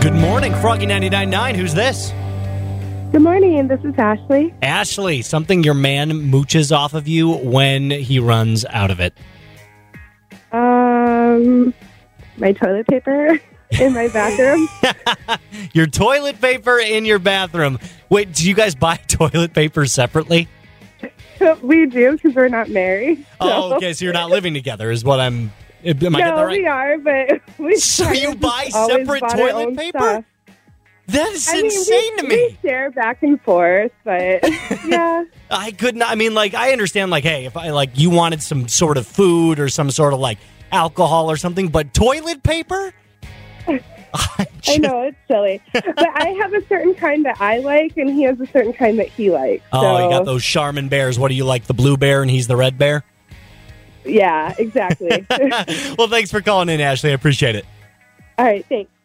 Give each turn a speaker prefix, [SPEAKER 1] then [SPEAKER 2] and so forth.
[SPEAKER 1] Good morning, Froggy 99.9. Who's this?
[SPEAKER 2] Good morning. This is Ashley.
[SPEAKER 1] Ashley, something your man mooches off of you when he runs out of it.
[SPEAKER 2] Um, my toilet paper in my bathroom.
[SPEAKER 1] Your toilet paper in your bathroom. Wait, do you guys buy toilet paper separately?
[SPEAKER 2] we do because we're not married.
[SPEAKER 1] Oh, okay, so you're not living together, is what I'm. Am I getting
[SPEAKER 2] no,
[SPEAKER 1] that right?
[SPEAKER 2] we are, but we.
[SPEAKER 1] So
[SPEAKER 2] kind
[SPEAKER 1] you
[SPEAKER 2] of
[SPEAKER 1] buy
[SPEAKER 2] just always
[SPEAKER 1] separate
[SPEAKER 2] bought our
[SPEAKER 1] toilet
[SPEAKER 2] own
[SPEAKER 1] paper?
[SPEAKER 2] stuff.
[SPEAKER 1] That is
[SPEAKER 2] I mean, we-
[SPEAKER 1] insane to me.
[SPEAKER 2] We share back and forth, but yeah,
[SPEAKER 1] I couldn't. I mean, like, I understand, like, hey, if I like you wanted some sort of food or some sort of like alcohol or something, but toilet paper. I
[SPEAKER 2] I
[SPEAKER 1] just-
[SPEAKER 2] know it's silly, but I have a certain kind that I like, and he has a certain kind that he likes.
[SPEAKER 1] Oh, you
[SPEAKER 2] so-
[SPEAKER 1] got those Charmin bears. What do you like? The blue bear and he's the red bear.
[SPEAKER 2] Yeah, exactly.
[SPEAKER 1] well, thanks for calling in, Ashley. I appreciate it.
[SPEAKER 2] All right, thanks.